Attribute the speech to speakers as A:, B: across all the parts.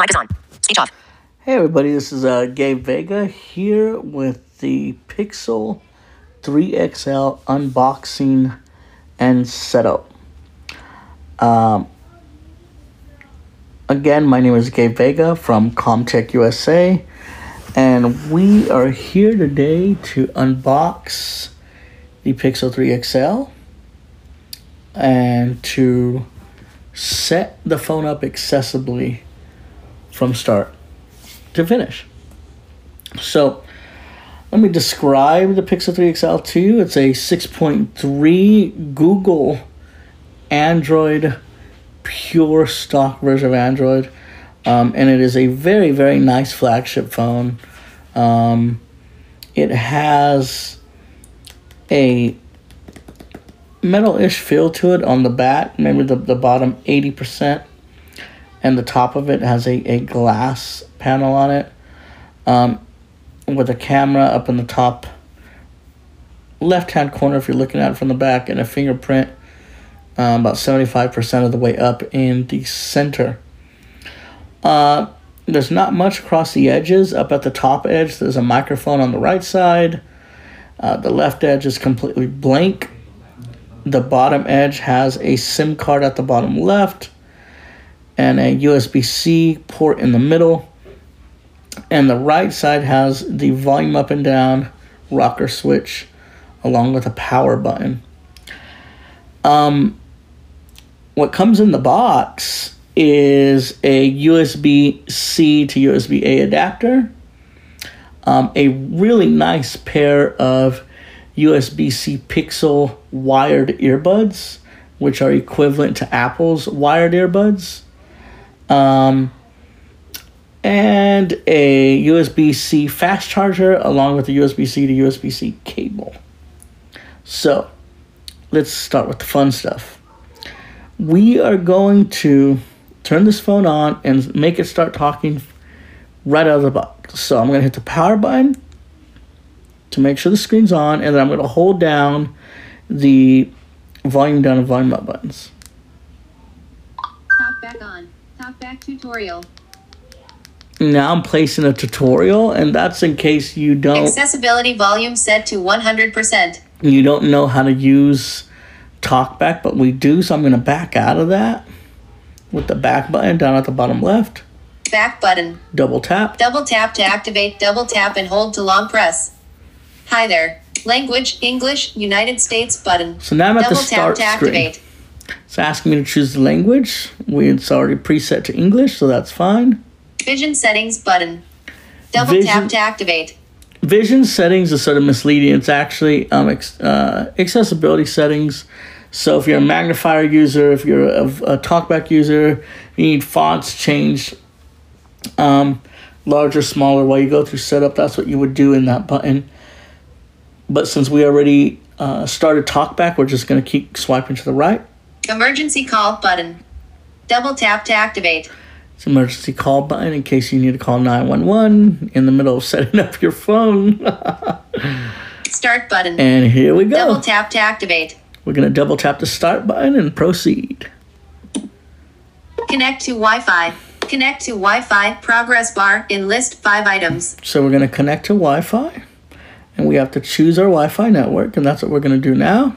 A: Mic is on. Speech off.
B: Hey everybody, this is uh, Gabe Vega here with the Pixel 3XL unboxing and setup. Um, again, my name is Gabe Vega from Comtech USA, and we are here today to unbox the Pixel 3XL and to set the phone up accessibly from start to finish. So let me describe the Pixel 3 XL to you. It's a 6.3 Google Android pure stock version of Android. Um, and it is a very, very nice flagship phone. Um, it has a metal ish feel to it on the back, maybe the, the bottom 80% and the top of it has a, a glass panel on it um, with a camera up in the top left hand corner if you're looking at it from the back and a fingerprint um, about 75% of the way up in the center uh, there's not much across the edges up at the top edge there's a microphone on the right side uh, the left edge is completely blank the bottom edge has a sim card at the bottom left and a USB C port in the middle. And the right side has the volume up and down rocker switch along with a power button. Um, what comes in the box is a USB C to USB A adapter, um, a really nice pair of USB C Pixel wired earbuds, which are equivalent to Apple's wired earbuds and a USB C fast charger along with a USB C to USB C cable. So let's start with the fun stuff. We are going to turn this phone on and make it start talking right out of the box. So I'm going to hit the power button to make sure the screen's on, and then I'm going to hold down the volume down and volume up buttons.
C: Talk back on. Talk back tutorial.
B: Now I'm placing a tutorial, and that's in case you don't
C: Accessibility volume set to 100%.
B: you don't know how to use talkback, but we do. So I'm going to back out of that with the back button down at the bottom left.
C: Back button.
B: Double tap.
C: Double tap to activate. Double tap and hold to long press. Hi there. Language English United States button.
B: So now I'm at the
C: Double tap
B: start
C: to
B: screen.
C: activate.
B: It's asking me to choose the language. We it's already preset to English, so that's fine.
C: Vision settings button. Double
B: Vision-
C: tap to activate.
B: Vision settings is sort of misleading. It's actually um, ex- uh, accessibility settings. So if you're a magnifier user, if you're a, a talkback user, you need fonts changed, um, larger, smaller. While you go through setup, that's what you would do in that button. But since we already uh, started talkback, we're just going to keep swiping to the right.
C: Emergency call button. Double tap to activate.
B: It's emergency call button in case you need to call 911 in the middle of setting up your phone.
C: Start button.
B: and here we go.
C: Double tap to activate.
B: We're going to double tap the start button and proceed.
C: Connect to Wi-Fi. Connect to Wi-Fi progress bar in list 5 items.
B: So we're going to connect to Wi Fi and we have to choose our Wi Fi network, and that's what we're going to do now.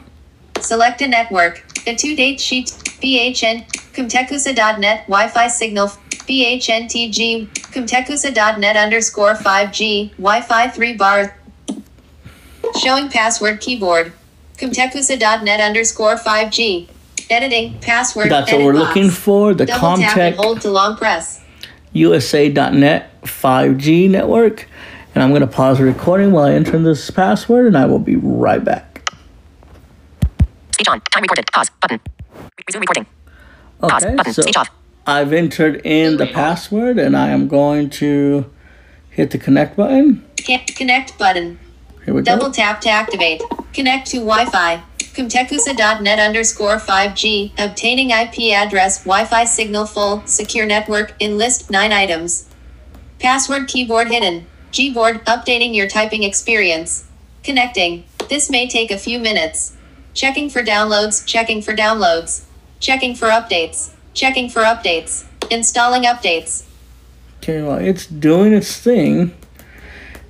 C: Select a network. The two date sheet. BHN. Comtecusa.net Wi-Fi signal. BHNTG. Comtecusa.net underscore 5G. Wi-Fi 3 bar. Showing password keyboard. Comtecusa.net underscore 5G. Editing. Password.
B: That's what
C: edit
B: we're
C: box.
B: looking for the
C: Double tap and
B: Comtech
C: hold to long press.
B: USA.net 5G network. And I'm going to pause the recording while I enter this password, and I will be right back.
A: Speech on. Time recorded. Pause. Button. Re- resume recording. Pause.
B: Okay,
A: Button.
B: so
A: Speech off.
B: I've entered in the password, and I am going to hit the connect button.
C: Ca- Connect button.
B: Here we
C: Double
B: go.
C: tap to activate. Connect to Wi-Fi. Comtecusa.net underscore 5G. Obtaining IP address, Wi-Fi signal full, secure network, enlist 9 items. Password keyboard hidden. Gboard, updating your typing experience. Connecting. This may take a few minutes. Checking for downloads, checking for downloads. Checking for updates, checking for updates. Installing updates.
B: continuing on. It's doing its thing.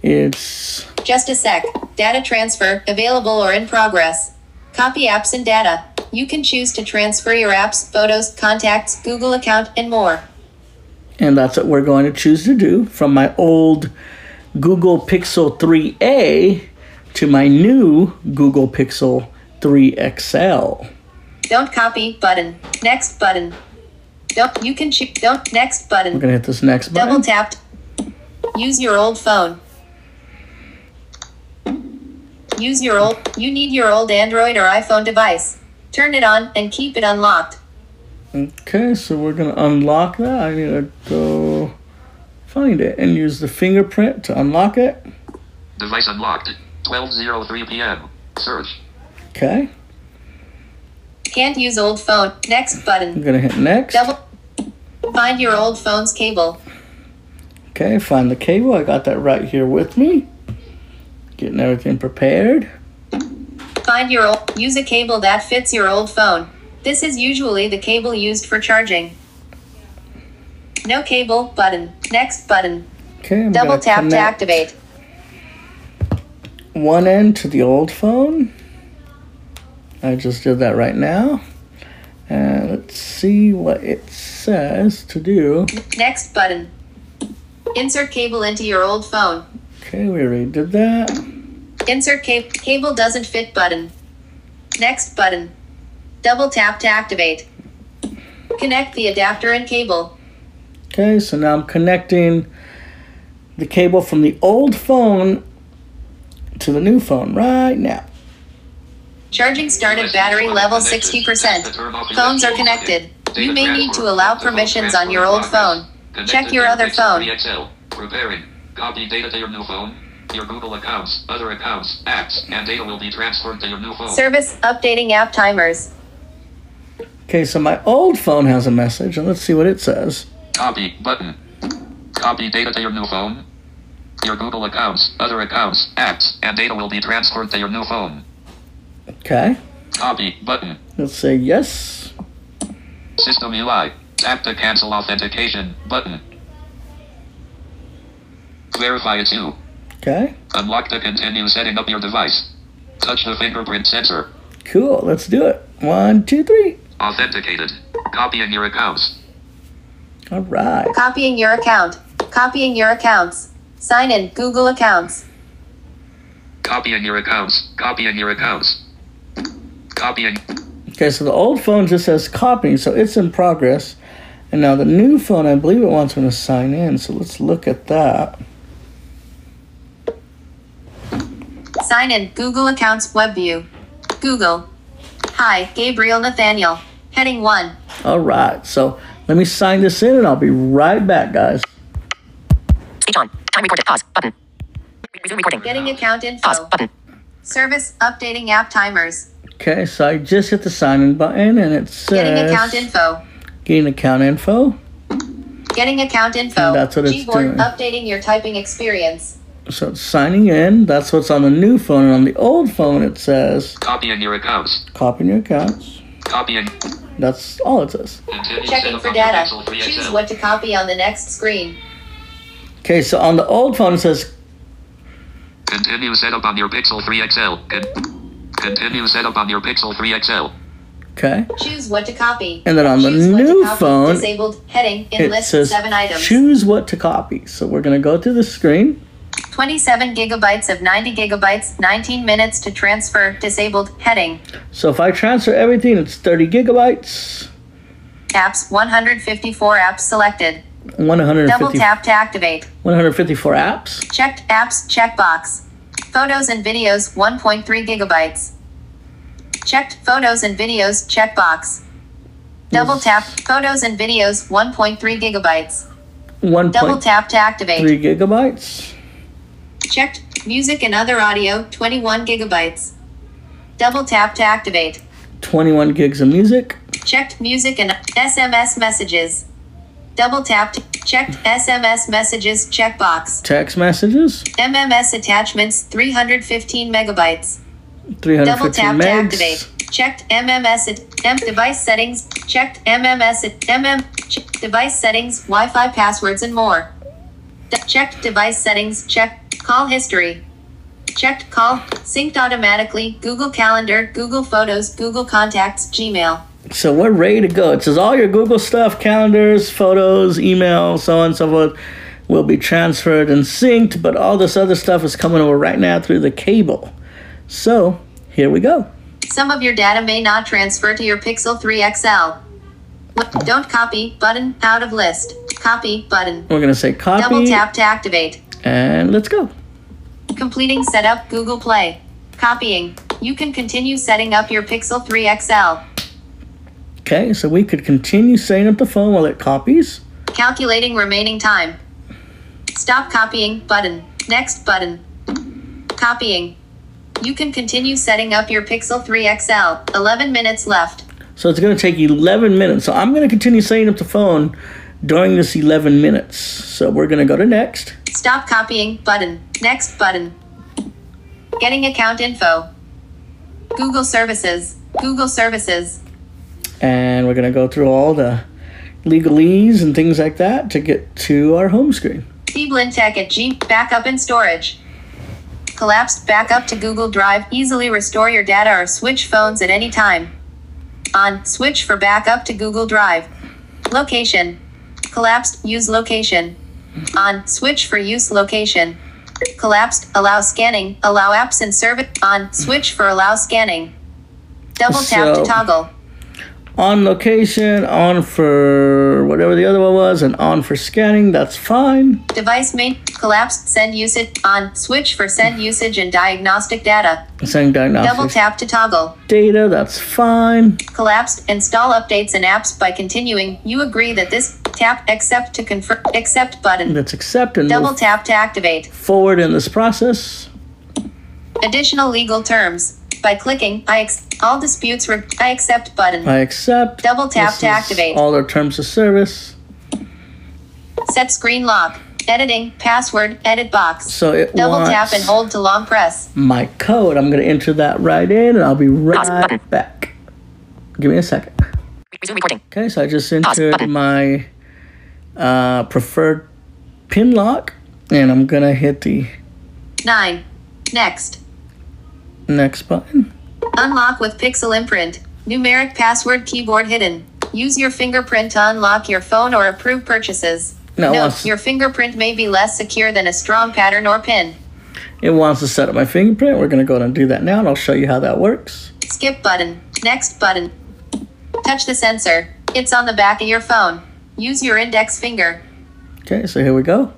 B: It's
C: Just a sec. Data transfer, available or in progress. Copy apps and data. You can choose to transfer your apps, photos, contacts, Google account, and more.
B: and that's what we're going to choose to do from my old Google Pixel 3a to my new Google Pixel 3 XL.
C: Don't copy button. Next button. Don't you can choose. Don't next
B: We're
C: button.
B: gonna hit this next button.
C: Double tapped. Use your old phone. Use your old. You need your old Android or iPhone device. Turn it on and keep it unlocked.
B: Okay, so we're gonna unlock that. I need to go find it and use the fingerprint to unlock it.
D: Device unlocked. 12.03 p.m. Search.
B: Okay,
C: Can't use old phone. Next button.
B: I'm gonna hit next.
C: Double. Find your old phone's cable.
B: Okay, find the cable. I got that right here with me. Getting everything prepared.
C: Find your old. Use a cable that fits your old phone. This is usually the cable used for charging. No cable button. Next button.
B: Okay, I'm
C: Double
B: gonna
C: tap to
B: connect
C: activate.
B: One end to the old phone. I just did that right now. And let's see what it says to do.
C: Next button. Insert cable into your old phone.
B: Okay, we already did that.
C: Insert cable. Cable doesn't fit button. Next button. Double tap to activate. Connect the adapter and cable.
B: Okay, so now I'm connecting the cable from the old phone to the new phone right now.
C: Charging started battery level 60%. Phones are connected. You may need to allow permissions on your old phone. Check your other phone.
D: Excel. Preparing. Copy data to your new phone. Your Google accounts, other accounts, apps, and data will be transferred to your new phone.
C: Service updating app timers.
B: Okay, so my old phone has a message, and let's see what it says.
D: Copy button. Copy data to your new phone. Your Google accounts, other accounts, apps, and data will be transferred to your new phone.
B: Okay,
D: Copy button.
B: let's say yes.
D: System UI. Tap to cancel authentication button. Verify it's you.
B: Okay,
D: Unlock to continue setting up your device. Touch the fingerprint sensor.
B: cool, let's do it. One, two, three.
D: Authenticated. Copying your accounts.
B: All right.
C: Copying your account. Copying your accounts. Sign in Google accounts.
D: Copying your accounts. Copying your accounts. Copying.
B: Okay, so the old phone just says copying, so it's in progress. And now the new phone, I believe it wants me to sign in, so let's look at that.
C: Sign in Google accounts web view. Google. Hi, Gabriel Nathaniel. Heading 1.
B: All right, so let me sign this in and I'll be right back, guys.
A: Speech on. Time recorded. Pause. Button. Re- Resume recording.
C: Getting account
A: Pause.
C: info.
A: Button.
C: Service updating app timers.
B: Okay, so I just hit the sign in button and it says
C: Getting account info.
B: Getting account info.
C: Getting account info.
B: That's what it's
C: Gboard
B: doing.
C: updating your typing experience.
B: So it's signing in. That's what's on the new phone. And on the old phone, it says
D: Copying your accounts.
B: copying your accounts.
D: Copying.
B: That's all it says.
D: Continue
C: Checking
D: setup
C: for
D: of your
C: data.
D: Pixel 3
C: Choose
D: XL.
C: what to copy on the next screen.
B: Okay, so on the old phone, it says
D: Continue setup on your Pixel 3 XL. Con- Continue setup on your Pixel 3 XL.
B: okay.
C: Choose what to copy.
B: And then on the
C: Choose what to
B: new
C: copy.
B: phone,
C: disabled heading in
B: It
C: list
B: says
C: seven items.
B: choose what to copy. So we're gonna go through the screen.
C: 27 gigabytes of 90 gigabytes, 19 minutes to transfer, disabled heading.
B: So if I transfer everything, it's 30 gigabytes,
C: Apps 154 apps selected.
B: 150,
C: Double tap to activate.
B: 154 apps.
C: Checked apps checkbox. Photos and videos 1.3 gigabytes. Checked photos and videos checkbox. Double tap photos and videos 1.3 gigabytes. Double
B: 1.3
C: tap to activate.
B: gigabytes.
C: Checked music and other audio 21 gigabytes. Double tap to activate.
B: 21 gigs of music.
C: Checked music and SMS messages. Double tap to checked SMS messages checkbox.
B: Text messages.
C: MMS attachments 315 megabytes. Double
B: 315
C: tap to
B: megs.
C: activate. Checked MMS at M device settings. Checked MMS at MM ch- device settings, Wi-Fi passwords, and more. De- checked device settings. Check call history. Checked call. Synced automatically. Google Calendar, Google Photos, Google Contacts, Gmail.
B: So we're ready to go. It says all your Google stuff, calendars, photos, email, so on and so forth, will be transferred and synced, but all this other stuff is coming over right now through the cable. So here we go.
C: Some of your data may not transfer to your Pixel 3 XL. What- Don't copy button out of list. Copy button.
B: We're gonna say
C: Double
B: copy
C: tap to activate.
B: and let's go.
C: Completing setup Google Play. Copying. You can continue setting up your Pixel 3 XL.
B: Okay, so we could continue setting up the phone while it copies.
C: Calculating remaining time. Stop copying button. Next button. Copying. You can continue setting up your Pixel 3 XL. 11 minutes left.
B: So it's gonna take 11 minutes. So I'm gonna continue setting up the phone during this 11 minutes. So we're gonna go to next.
C: Stop copying button. Next button. Getting account info. Google services. Google services.
B: and we're gonna go through all the legalese and things like that to get to our home screen.
C: Tech at G. Backup and storage. Collapsed backup to Google Drive. Easily restore your data or switch phones at any time. On. Switch for backup to Google Drive. Location. Collapsed. Use location. On. Switch for use location. Collapsed. Allow scanning. Allow apps and service. On. Switch for allow scanning. Double tap
B: So-
C: to toggle.
B: On location, on for whatever the other one was, and on for scanning, that's fine.
C: Device main. Collapsed. Send usage. On. Switch for send usage and diagnostic data.
B: Sending
C: Double
B: diagnostics
C: tap to toggle.
B: data, that's fine.
C: collapsed install updates and apps by continuing you agree that this tap accept to confirm accept button
B: That's accept and
C: double
B: move
C: tap to activate
B: forward in this process.
C: additional legal terms by clicking i ex- all disputes re- i accept button
B: I accept.
C: Double tap
B: This
C: to
B: is
C: activate.
B: All our terms of service.
C: set screen lock editing password edit box
B: So it
C: double
B: wants
C: tap and hold to long press
B: my code. I'm gonna enter that right in, and I'll be
A: Pause button.
B: right back. Give me a second.
A: Resume recording.
B: Okay, so I just
A: Pause
B: entered
A: button.
B: my uh, preferred pin lock, and I'm gonna hit the
C: 9 next
B: next button.
C: unlock with pixel imprint numeric password keyboard hidden use your fingerprint to unlock your phone or approve purchases
B: No, it,
C: Note,
B: wants,
C: your fingerprint may be less secure than a strong pattern or pin.
B: it wants to set up my fingerprint. We're gonna go ahead and do that now, and I'll show you how that works.
C: Skip button. Next button. Touch the sensor. It's on the back of your phone. Use your index finger.
B: Okay, so here we go.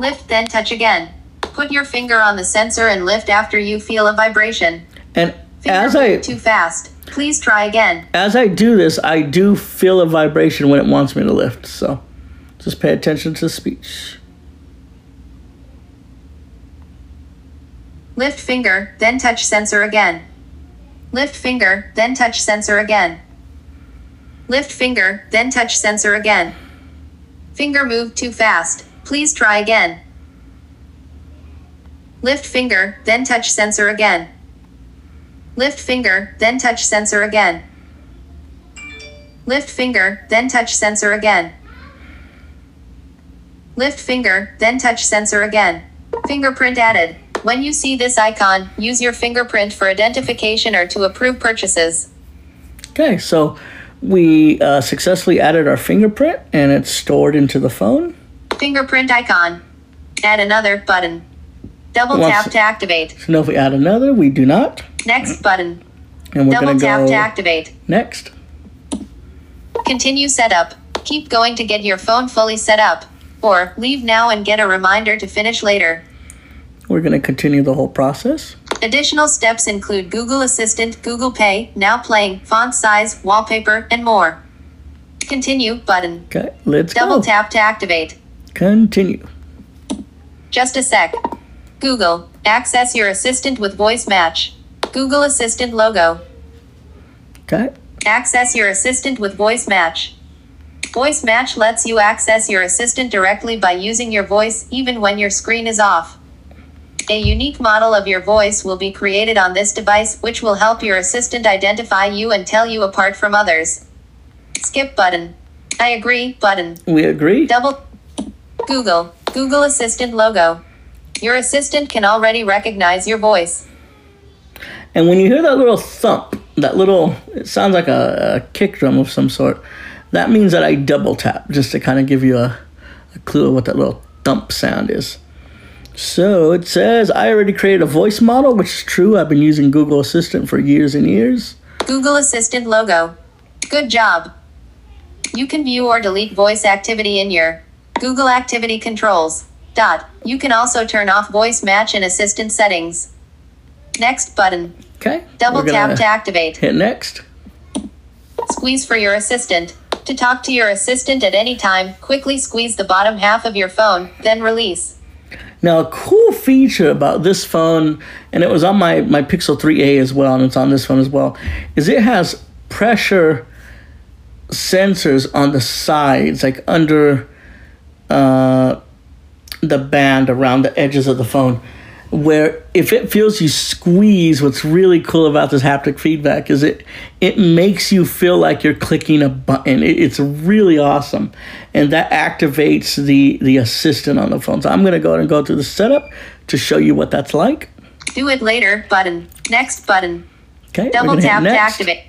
C: Lift then touch again. Put your finger on the sensor and lift after you feel a vibration.
B: And
C: Finger
B: as I
C: moved too fast. Please try again.
B: as I do this, I do feel a vibration when it wants me to lift. So just pay attention to speech.
C: Lift finger, then touch sensor again. Lift finger, then touch sensor again. Lift finger, then touch sensor again. Finger moved too fast. Please try again. Lift finger, then touch sensor again. Lift finger, then touch sensor again. Lift finger, then touch sensor again. Lift finger, then touch sensor again. Fingerprint added. When you see this icon, use your fingerprint for identification or to approve purchases.
B: Okay, so we uh, successfully added our fingerprint, and it's stored into the phone.
C: Fingerprint icon. Add another button. Double
B: Once-
C: tap to activate.
B: So now if we add another, we do not,
C: Next button.
B: and we're
C: Double
B: gonna
C: tap
B: go
C: to activate.
B: next.
C: Continue setup. Keep going to get your phone fully set up. Or leave now and get a reminder to finish later.
B: We're going to continue the whole process.
C: Additional steps include Google Assistant, Google Pay, Now Playing, font size, wallpaper, and more. Continue button.
B: Okay, let's
C: Double
B: go.
C: tap to activate.
B: Continue.
C: Just a sec. Google, access your assistant with voice match. Google Assistant logo.
B: Okay,
C: Access your assistant with voice match. Voice match lets you access your assistant directly by using your voice even when your screen is off. A unique model of your voice will be created on this device, which will help your assistant identify you and tell you apart from others. Skip button. I agree button.
B: we agree.
C: Double Google. Google Assistant logo. Your assistant can already recognize your voice.
B: And when you hear that little thump, that little, it sounds like a, a kick drum of some sort, that means that I double tap, just to kind of give you a, a clue of what that little thump sound is. So it says, I already created a voice model, which is true. I've been using Google Assistant for years and years.
C: Google Assistant logo. Good job. You can view or delete voice activity in your Google Activity Controls. Dot. You can also turn off voice match in assistant settings. Next button.
B: Okay.
C: Double
B: we're gonna
C: tap to activate.
B: Hit next.
C: Squeeze for your assistant. To talk to your assistant at any time, quickly squeeze the bottom half of your phone, then release.
B: Now, a cool feature about this phone, and it was on my, my Pixel 3a as well, and it's on this phone as well, is it has pressure sensors on the sides, like under uh, the band around the edges of the phone, where if it feels you squeeze, what's really cool about this haptic feedback is it it makes you feel like you're clicking a button. It, it's really awesome, and that activates the the assistant on the phone. So I'm gonna go ahead and go through the setup to show you what that's like.
C: Do it later button. Next button.
B: Okay, we're
C: Double
B: gonna hit
C: tap to
B: next.
C: activate.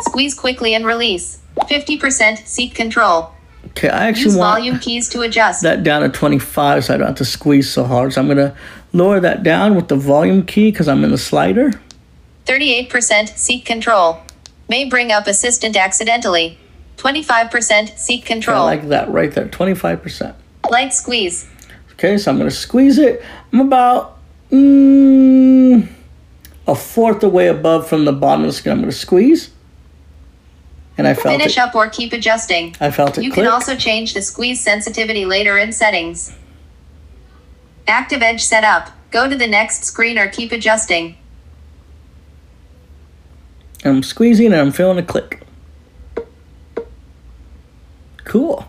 C: Squeeze quickly and release. 50% seat control.
B: Okay, I actually
C: Use
B: want
C: volume keys to adjust.
B: that down to 25 so I don't have to squeeze so hard. So I'm going to lower that down with the volume key because I'm in the slider.
C: 38% seat control. May bring up assistant accidentally. 25% seat
B: I
C: control.
B: like that right there, 25%.
C: Light squeeze.
B: Okay, so I'm going to squeeze it. I'm about mm, a fourth away above from the bottom of the screen. I'm going to squeeze. And I felt
C: Finish
B: it.
C: up or keep adjusting.
B: I felt it
C: You
B: click.
C: can also change the squeeze sensitivity later in settings. Active Edge setup. Go to the next screen or keep adjusting.
B: I'm squeezing and I'm feeling a click. Cool.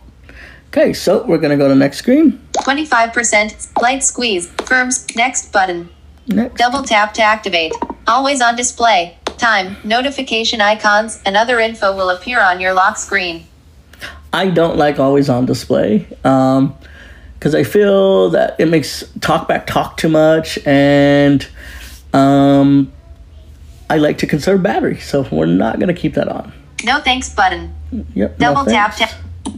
B: Okay, so we're going to go to next screen.
C: 25% light squeeze. Firms. Next button.
B: Next.
C: Double tap to activate. Always on display. Time, notification icons, and other info will appear on your lock screen.
B: I don't like always on display because I feel that it makes TalkBack talk too much, and um, I like to conserve battery, so we're not going to keep that on.
C: No thanks button.
B: Yep. no
C: Double tap
B: thanks.
C: tap.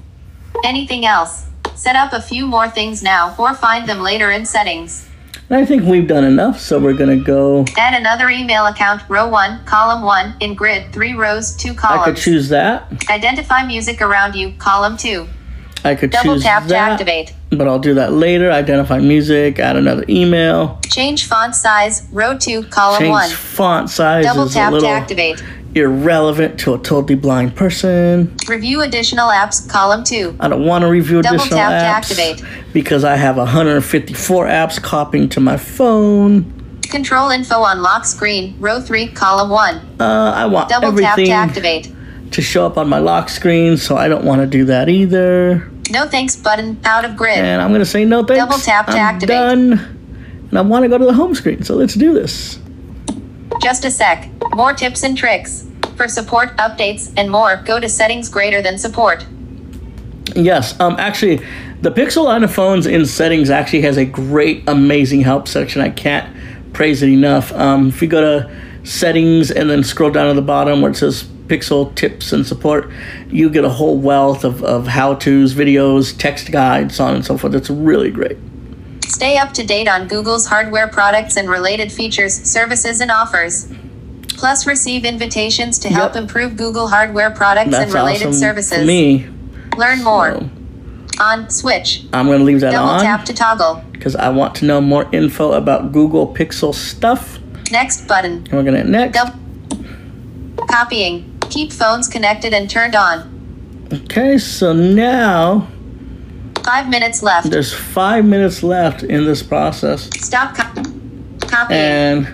C: Anything else? Set up a few more things now or find them later in settings.
B: And I think we've done enough, so we're going to go.
C: Add another email account, row 1, column 1, in grid, 3 rows, 2 columns.
B: I could choose that.
C: Identify music around you, column 2.
B: I could
C: Double
B: choose
C: tap to
B: that,
C: activate.
B: But I'll do that later. Identify music. Add another email.
C: Change font size, row 2, column
B: Change
C: 1.
B: font size.
C: Double
B: is
C: tap
B: a little
C: to activate.
B: Irrelevant to a totally blind person.
C: Review additional apps, column 2.
B: I don't want to review
C: Double
B: additional
C: tap to
B: apps
C: activate.
B: because I have 154 apps copying to my phone.
C: Control info on lock screen, row 3, column 1.
B: Uh, I want
C: Double tap
B: everything
C: to activate.
B: to show up on my lock screen, so I don't want to do that either.
C: No thanks button, out of grid.
B: And I'm going to say no thanks.
C: Double tap to
B: I'm
C: activate.
B: Done. And I want to go to the home screen, so let's do this.
C: Just a sec. More tips and tricks. For support, updates, and more, go to settings greater than support.
B: Yes. Um. Actually, the Pixel line of phones in settings actually has a great, amazing help section. I can't praise it enough. Um. If you go to settings and then scroll down to the bottom where it says Pixel tips and support, you get a whole wealth of, of how tos, videos, text guides, so on and so forth. It's really great.
C: Stay up to date on Google's hardware products and related features, services, and offers. Plus, receive invitations to help
B: Yep.
C: improve Google hardware products
B: That's
C: and related
B: awesome
C: services.
B: for me.
C: Learn more
B: So
C: on Switch.
B: I'm gonna leave that
C: Double tap
B: on
C: to toggle.
B: because I want to know more info about Google Pixel stuff.
C: Next button.
B: And we're gonna hit next.
C: Double. Copying. Keep phones connected and turned on.
B: Okay. So now.
C: Five minutes left.
B: There's five minutes left in this process,
C: Stop co- copying.
B: and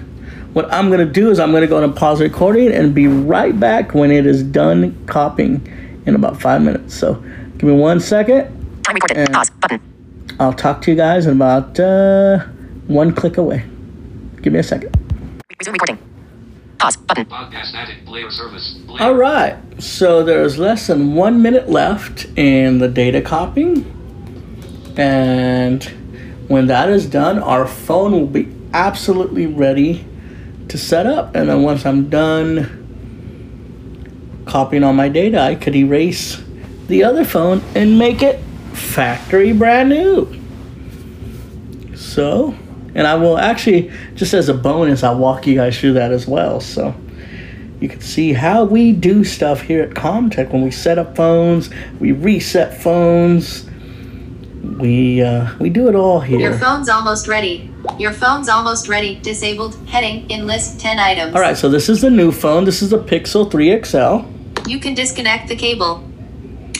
B: what I'm gonna do is I'm gonna go and pause recording and be right back when it is done copying in about five minutes. So give me one second.
A: Time recorded.
B: And-
A: Pause. Button.
B: I'll talk to you guys in about uh, one click away. Give me a second.
A: Resume recording. Pause. Button.
D: Podcast Addict Player Service. Player.
B: All right, so there's less than one minute left in the data copying. And when that is done, our phone will be absolutely ready to set up. And then once I'm done copying all my data, I could erase the other phone and make it factory brand new. So, and I will actually, just as a bonus, I'll walk you guys through that as well. So, you can see how we do stuff here at Comtech when we set up phones, we reset phones, we uh, we do it all
C: Your
B: here.
C: phone's almost ready. Your phone's almost ready. Disabled. Heading in list 10 items.
B: All right, so this is the new phone. This is the Pixel 3 XL.
C: You can disconnect the cable.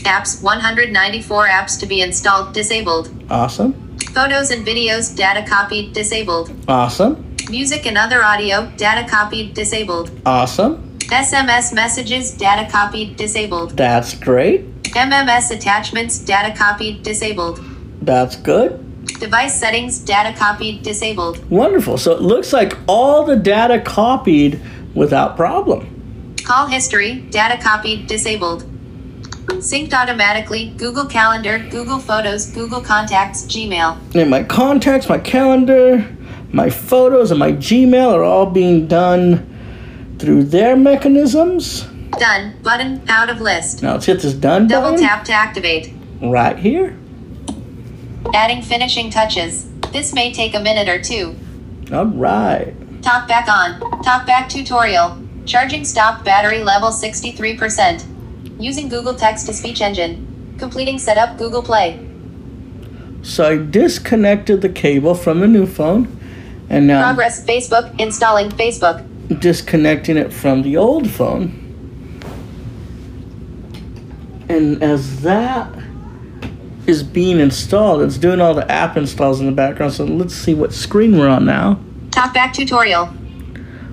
C: Apps 194 apps to be installed. Disabled.
B: Awesome,
C: Photos and videos. Data copied. Disabled.
B: awesome,
C: Music and other audio. Data copied. Disabled.
B: awesome.
C: SMS messages. Data copied. Disabled.
B: That's great.
C: MMS attachments. Data copied. Disabled.
B: That's good.
C: Device settings. Data copied. Disabled.
B: Wonderful. So it looks like all the data copied without problem.
C: Call history, data copied, disabled. Synced automatically, Google Calendar, Google Photos, Google Contacts, Gmail.
B: And my contacts, my calendar, my photos, and my Gmail are all being done through their mechanisms.
C: Done, button, out of list.
B: Now let's hit this done
C: Double
B: button
C: tap to activate.
B: right here.
C: Adding finishing touches. This may take a minute or two.
B: All right.
C: Talk back on. Talk back tutorial. Charging stop battery level 63%. Using Google text to speech engine. Completing setup Google Play.
B: So I disconnected the cable from the new phone, and now I'm
C: Progress Facebook. Installing Facebook.
B: disconnecting it from the old phone. And as that is being installed, it's doing all the app installs in the background. So let's see what screen we're on now.
C: Talk back tutorial.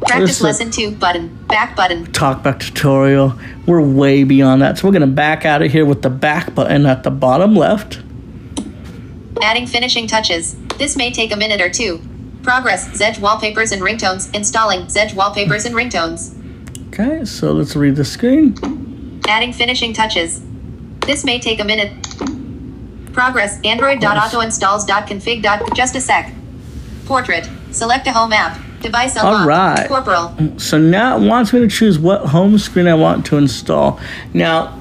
C: Practice
B: Listen.
C: lesson two button. Back button.
B: Talkback tutorial. We're way beyond that. So we're gonna back out of here with the back button at the bottom left.
C: Adding finishing touches. This may take a minute or two. Progress. Zedge wallpapers and ringtones. Installing Zedge wallpapers and ringtones.
B: Okay, so let's read the screen.
C: Adding finishing touches. This may take a minute. Progress. Android.autoinstalls.config. Just a sec. Portrait. Select a home app. Device unlocked.
B: Alright.
C: Corporal.
B: So now it wants me to choose what home screen I want to install. Now,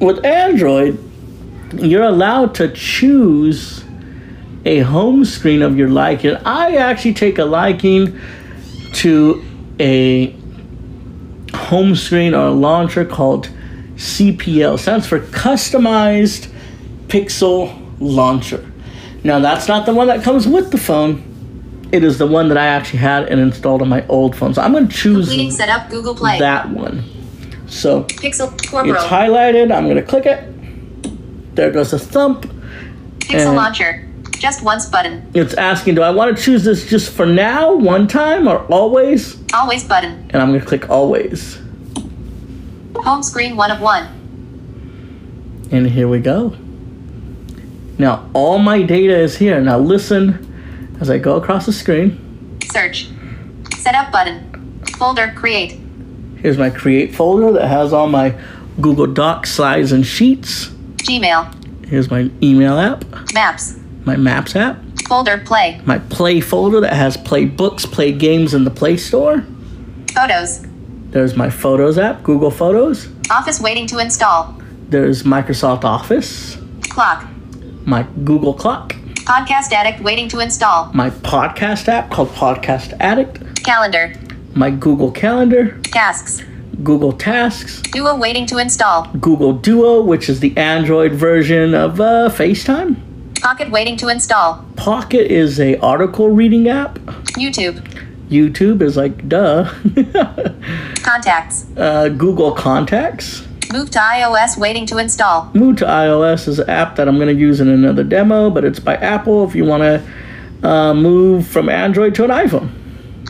B: with Android, you're allowed to choose a home screen of your liking. I actually take a liking to a home screen or a launcher called CPL. Stands for Customized Pixel Launcher. Now, that's not the one that comes with the phone. It is the one that I actually had and installed on my old phone. So I'm going to
C: Completing
B: choose
C: setup. Google Play.
B: that one. So
C: Pixel.
B: it's
C: Corporal.
B: highlighted. I'm going to click it. There goes a thump.
C: Pixel
B: and-
C: launcher. Just once button.
B: It's asking, do I want to choose this just for now, one time, or always?
C: Always button.
B: And I'm going to click always.
C: Home screen one of one.
B: And here we go. Now, all my data is here. Now, listen as I go across the screen.
C: Search. Setup button. Folder create.
B: Here's my create folder that has all my Google Docs, slides, and sheets.
C: Gmail.
B: Here's my email app,
C: Maps.
B: my Maps app,
C: Folder play.
B: my Play folder that has Play books, Play games in the Play Store.
C: Photos.
B: There's my Photos app, Google Photos.
C: Office waiting to install.
B: There's Microsoft Office,
C: Clock.
B: my Google Clock,
C: Podcast addict waiting to install.
B: my podcast app called Podcast Addict,
C: Calendar.
B: my Google Calendar,
C: Tasks.
B: Google Tasks,
C: Duo waiting to install.
B: Google Duo, which is the Android version of uh, FaceTime.
C: Pocket waiting to install.
B: Pocket is a article reading app.
C: YouTube.
B: YouTube is like duh.
C: Contacts.
B: uh, Google Contacts.
C: Move to iOS waiting to install.
B: Move to iOS is an app that I'm going to use in another demo, but it's by Apple. If you want to uh, move from Android to an iPhone,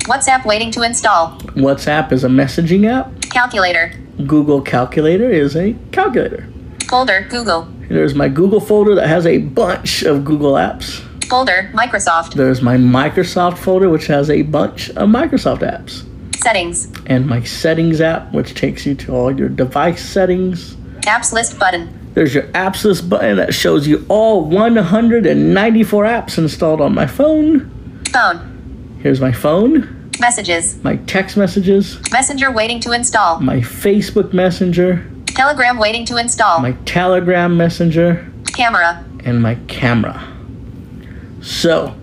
C: WhatsApp waiting to install.
B: WhatsApp is a messaging app.
C: Calculator.
B: Google Calculator is a calculator.
C: Folder Google.
B: There's my Google folder that has a bunch of Google apps.
C: Folder Microsoft.
B: There's my Microsoft folder, which has a bunch of Microsoft apps.
C: Settings.
B: and my settings app, which takes you to all your device settings.
C: Apps list button.
B: There's your apps list button that shows you all 194 apps installed on my phone.
C: Phone.
B: Here's my phone,
C: Messages.
B: my text messages,
C: Messenger waiting to install.
B: my Facebook Messenger,
C: Telegram waiting to install.
B: my Telegram Messenger,
C: Camera.
B: and my camera. So,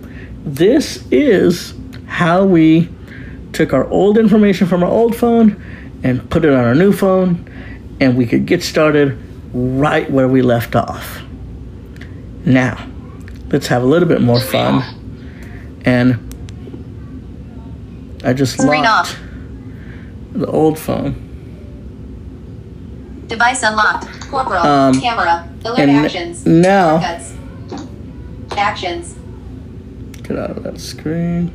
B: this is how we took our old information from our old phone and put it on our new phone, and we could get started right where we left off. Now, let's have a little bit more fun. And I just
C: Screen
B: locked
C: off.
B: the old phone.
C: Device unlocked. Corporal.
B: Um,
C: Camera. Alert
B: And
C: actions.
B: now,
C: Cuts. Actions.
B: get out of that screen.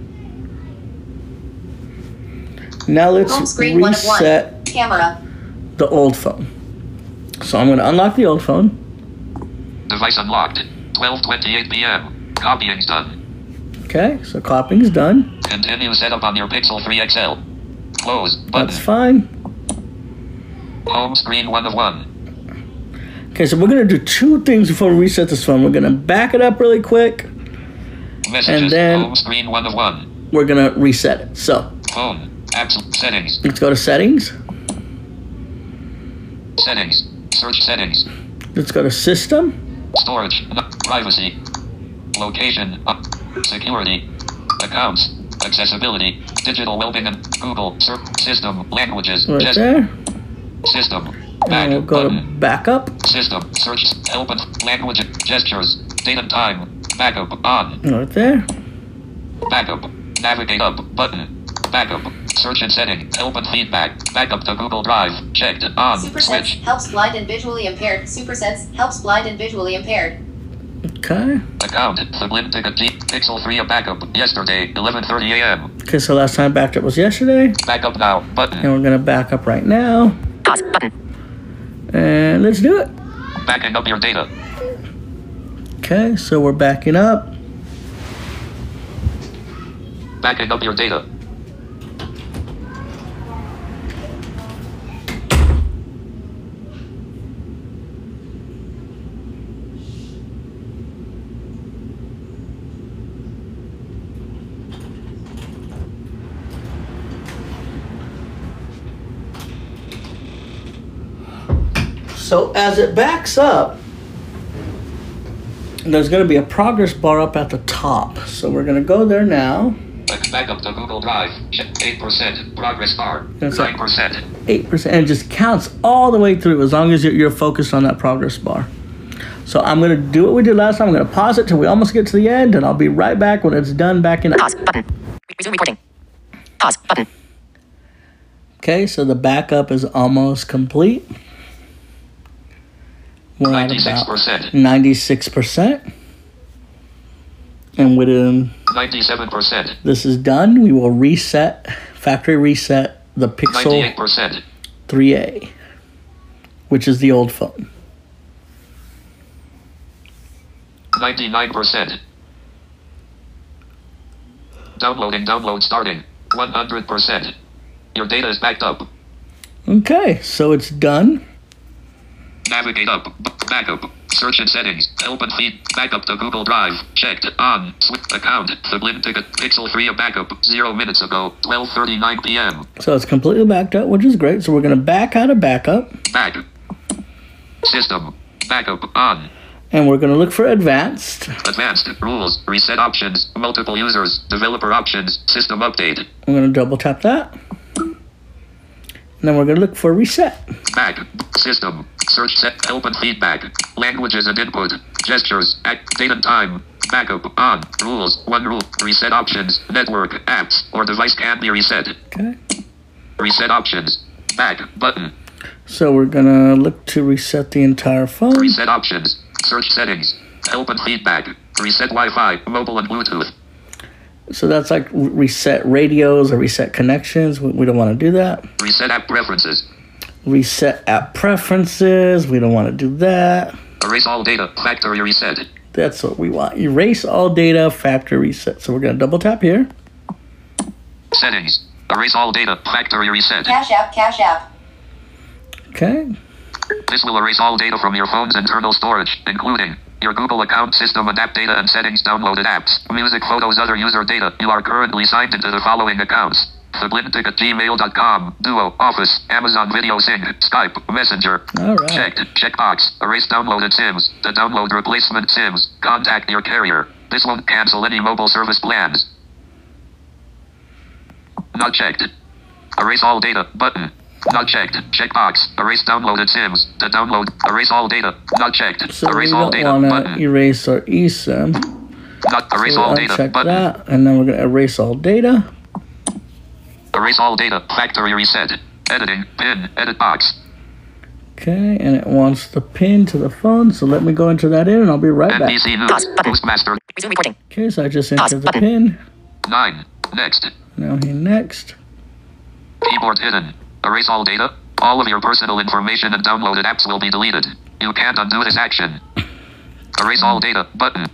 B: Now let's
C: Home screen one of
B: reset
C: one. Camera.
B: the old phone. So I'm going to unlock the old phone.
D: Device unlocked. 12:28 p.m. Copying's done.
B: Okay, so copying's done.
D: Continue setup on your Pixel 3 XL. Close
B: That's
D: button.
B: fine.
D: Home screen one of one.
B: Okay, so we're going to do two things before we reset this phone. We're going to back it up really quick.
D: Messages.
B: then-
D: Home screen one of one.
B: We're going to reset it. So
D: Phone. Apps. Settings.
B: let's go to settings.
D: Settings. Search settings.
B: Let's go to system.
D: Storage. N- Privacy. Location. Uh, Security. Accounts. Accessibility. Digital well-being. and Google. Search. System. Languages.
B: Right
D: Test-
B: there. Oh,
D: System. Back
B: And we'll go to
D: button.
B: backup.
D: System. Search. Help and language. Gestures. Date and time. Backup. On.
B: Right there.
D: Backup. Navigate up. Button. Backup. Search and setting. Help and feedback. Backup to Google Drive. Checked. On.
C: Supersense
D: Oh, Switch.
C: helps blind and visually impaired. Supersense helps blind and visually impaired.
B: Okay.
D: Account. Sublink ticket. G. Pixel 3 a backup. Yesterday. 11.30 a.m.
B: Okay, so last time I backed up was yesterday.
D: Backup now.
B: And
D: Button.
B: we're going to back up right now.
A: Pause button.
B: And let's do it.
D: Backing up your data.
B: Okay, so we're backing up.
D: Backing up your data.
B: So as it backs up, there's going to be a progress bar up at the top. So we're going to go there now.
D: Back backup to Google Drive. Check 8%. Progress bar.
B: That's it.
D: 9%.
B: 8% and it just counts all the way through as long as you're, you're focused on that progress bar. So I'm going to do what we did last time. I'm going to pause it till we almost get to the end and I'll be right back when it's done backing up.
A: Pause button. Re- Resume recording. Pause button.
B: Okay, so the backup is almost complete. We're at about
D: 96%.
B: 96%. And within
D: 97%.
B: this is done, we will reset, factory reset the Pixel
D: 98%.
B: 3A, which is the old phone.
D: 99%. Downloading, download starting. 100%. Your data is backed up.
B: Okay, so it's done.
D: Navigate up, b- backup, search and settings, help and feed, backup to Google Drive, checked, on, switch account, sublink ticket, pixel 3 a backup, 0 minutes ago, 12.39 p.m.,
B: So it's completely backed up, which is great. So we're going to back out of backup
D: back, system, backup, on,
B: and we're going to look for advanced.
D: advanced, rules, reset options, multiple users, developer options, system update,
B: I'm going to double tap that. And then we're going to look for reset.
D: Back. System. Search set. Help and feedback. Languages and input. Gestures. Act. Date and time. Backup. On. Rules. One rule. Reset options. Network. Apps. Or device can be reset.
B: Okay.
D: Reset options. Back. Button.
B: So we're going to look to reset the entire phone.
D: Reset options. Search settings. Help and feedback. Reset Wi-Fi. Mobile and Bluetooth.
B: So that's like re- reset radios or reset connections. We, we don't want to do that.
D: Reset app preferences.
B: Reset app preferences. We don't want to do that.
D: Erase all data. Factory reset.
B: That's what we want. Erase all data, factory reset. So we're going to double tap here.
D: Settings. Erase all data. Factory reset.
C: Cash app. Cash app.
B: Okay.
D: This will erase all data from your phone's internal storage, including your Google account system and app data and settings downloaded apps, music photos, other user data. You are currently signed into the following accounts. Sublintic at gmail.com, Duo, Office, Amazon Video Sync, Skype, Messenger.
B: All right.
D: Checked, checkbox, erase downloaded SIMs, the download replacement SIMs, contact your carrier. This won't cancel any mobile service plans. Not checked. Erase all data button. Not checked. Checkbox. Erase downloaded SIMs. The download. Erase all data. Not checked.
B: So we
D: erase all
B: don't
D: data
B: want to
D: button.
B: erase our eSIM.
D: Not erase
B: We'll
D: all data
B: uncheck
D: button.
B: that, and then we're gonna erase all data.
D: Erase all data. Factory reset. Editing. Pin. Edit box.
B: Okay, and it wants the pin to the phone, so let me go enter that in, and I'll be right back.
D: NBC News.
A: Pause button.
D: Postmaster.
A: Resume recording.
B: Okay, so I just
A: Pause
B: entered the
A: button.
B: pin.
D: Nine. Next.
B: Now here next.
D: Keyboard hidden. Erase all data. All of your personal information and downloaded apps will be deleted. You can't undo this action. Erase all data button.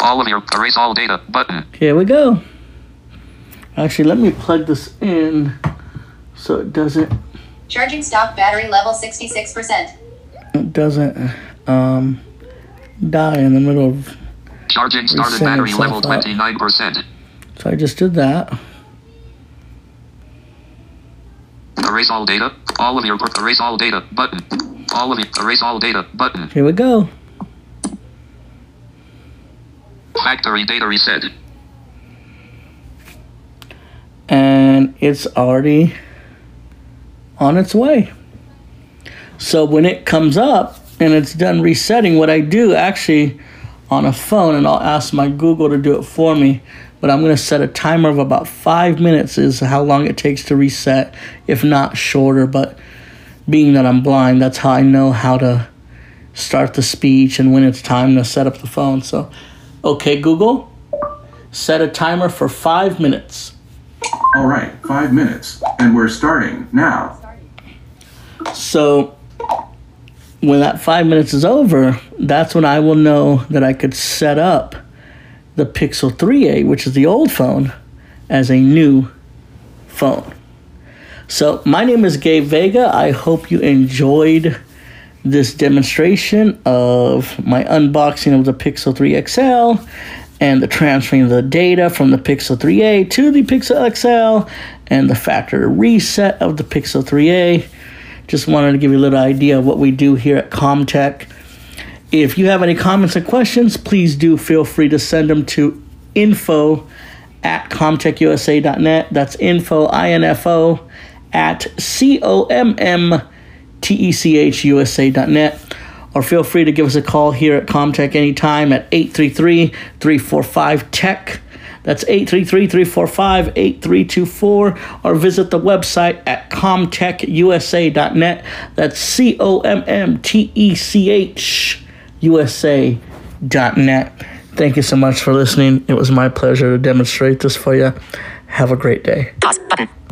D: All of your erase all data button.
B: Here we go. Actually, let me plug this in so it doesn't
C: Charging stock battery level 66%.
B: it doesn't um die in the middle of
D: Charging started
B: Resetting
D: battery level
B: itself up.
D: 29%.
B: so I just did that.
D: Erase all data. All of your erase all data button. All of your erase all data button.
B: Here we go.
D: Factory data reset.
B: and it's already on its way. So when it comes up and it's done resetting, what I do actually on a phone, and I'll ask my Google to do it for me, but I'm going to set a timer of about five minutes, is how long it takes to reset, if not shorter. But being that I'm blind, that's how I know how to start the speech and when it's time to set up the phone. So, okay, Google, set a timer for five minutes.
E: All right, five minutes, and we're starting now.
B: So when that five minutes is over, that's when I will know that I could set up the Pixel 3a, which is the old phone, as a new phone. So my name is Gabe Vega. I hope you enjoyed this demonstration of my unboxing of the Pixel 3 XL and the transferring of the data from the Pixel 3a to the Pixel XL and the factory reset of the Pixel 3a just wanted to give you a little idea of what we do here at Comtech. If you have any comments or questions, please do feel free to send them to info at comtechusa.net. That's info, I-N-F-O, at E C-O-M-M-T-E-C-H-U-S-A.net. Or feel free to give us a call here at Comtech anytime at 833-345-TECH. E That's 833-345-8324 or visit the website at comtechusa.net. That's C O M M T E C H USA.net. Thank you so much for listening. It was my pleasure to demonstrate this for you. Have a great day.
A: Pause button.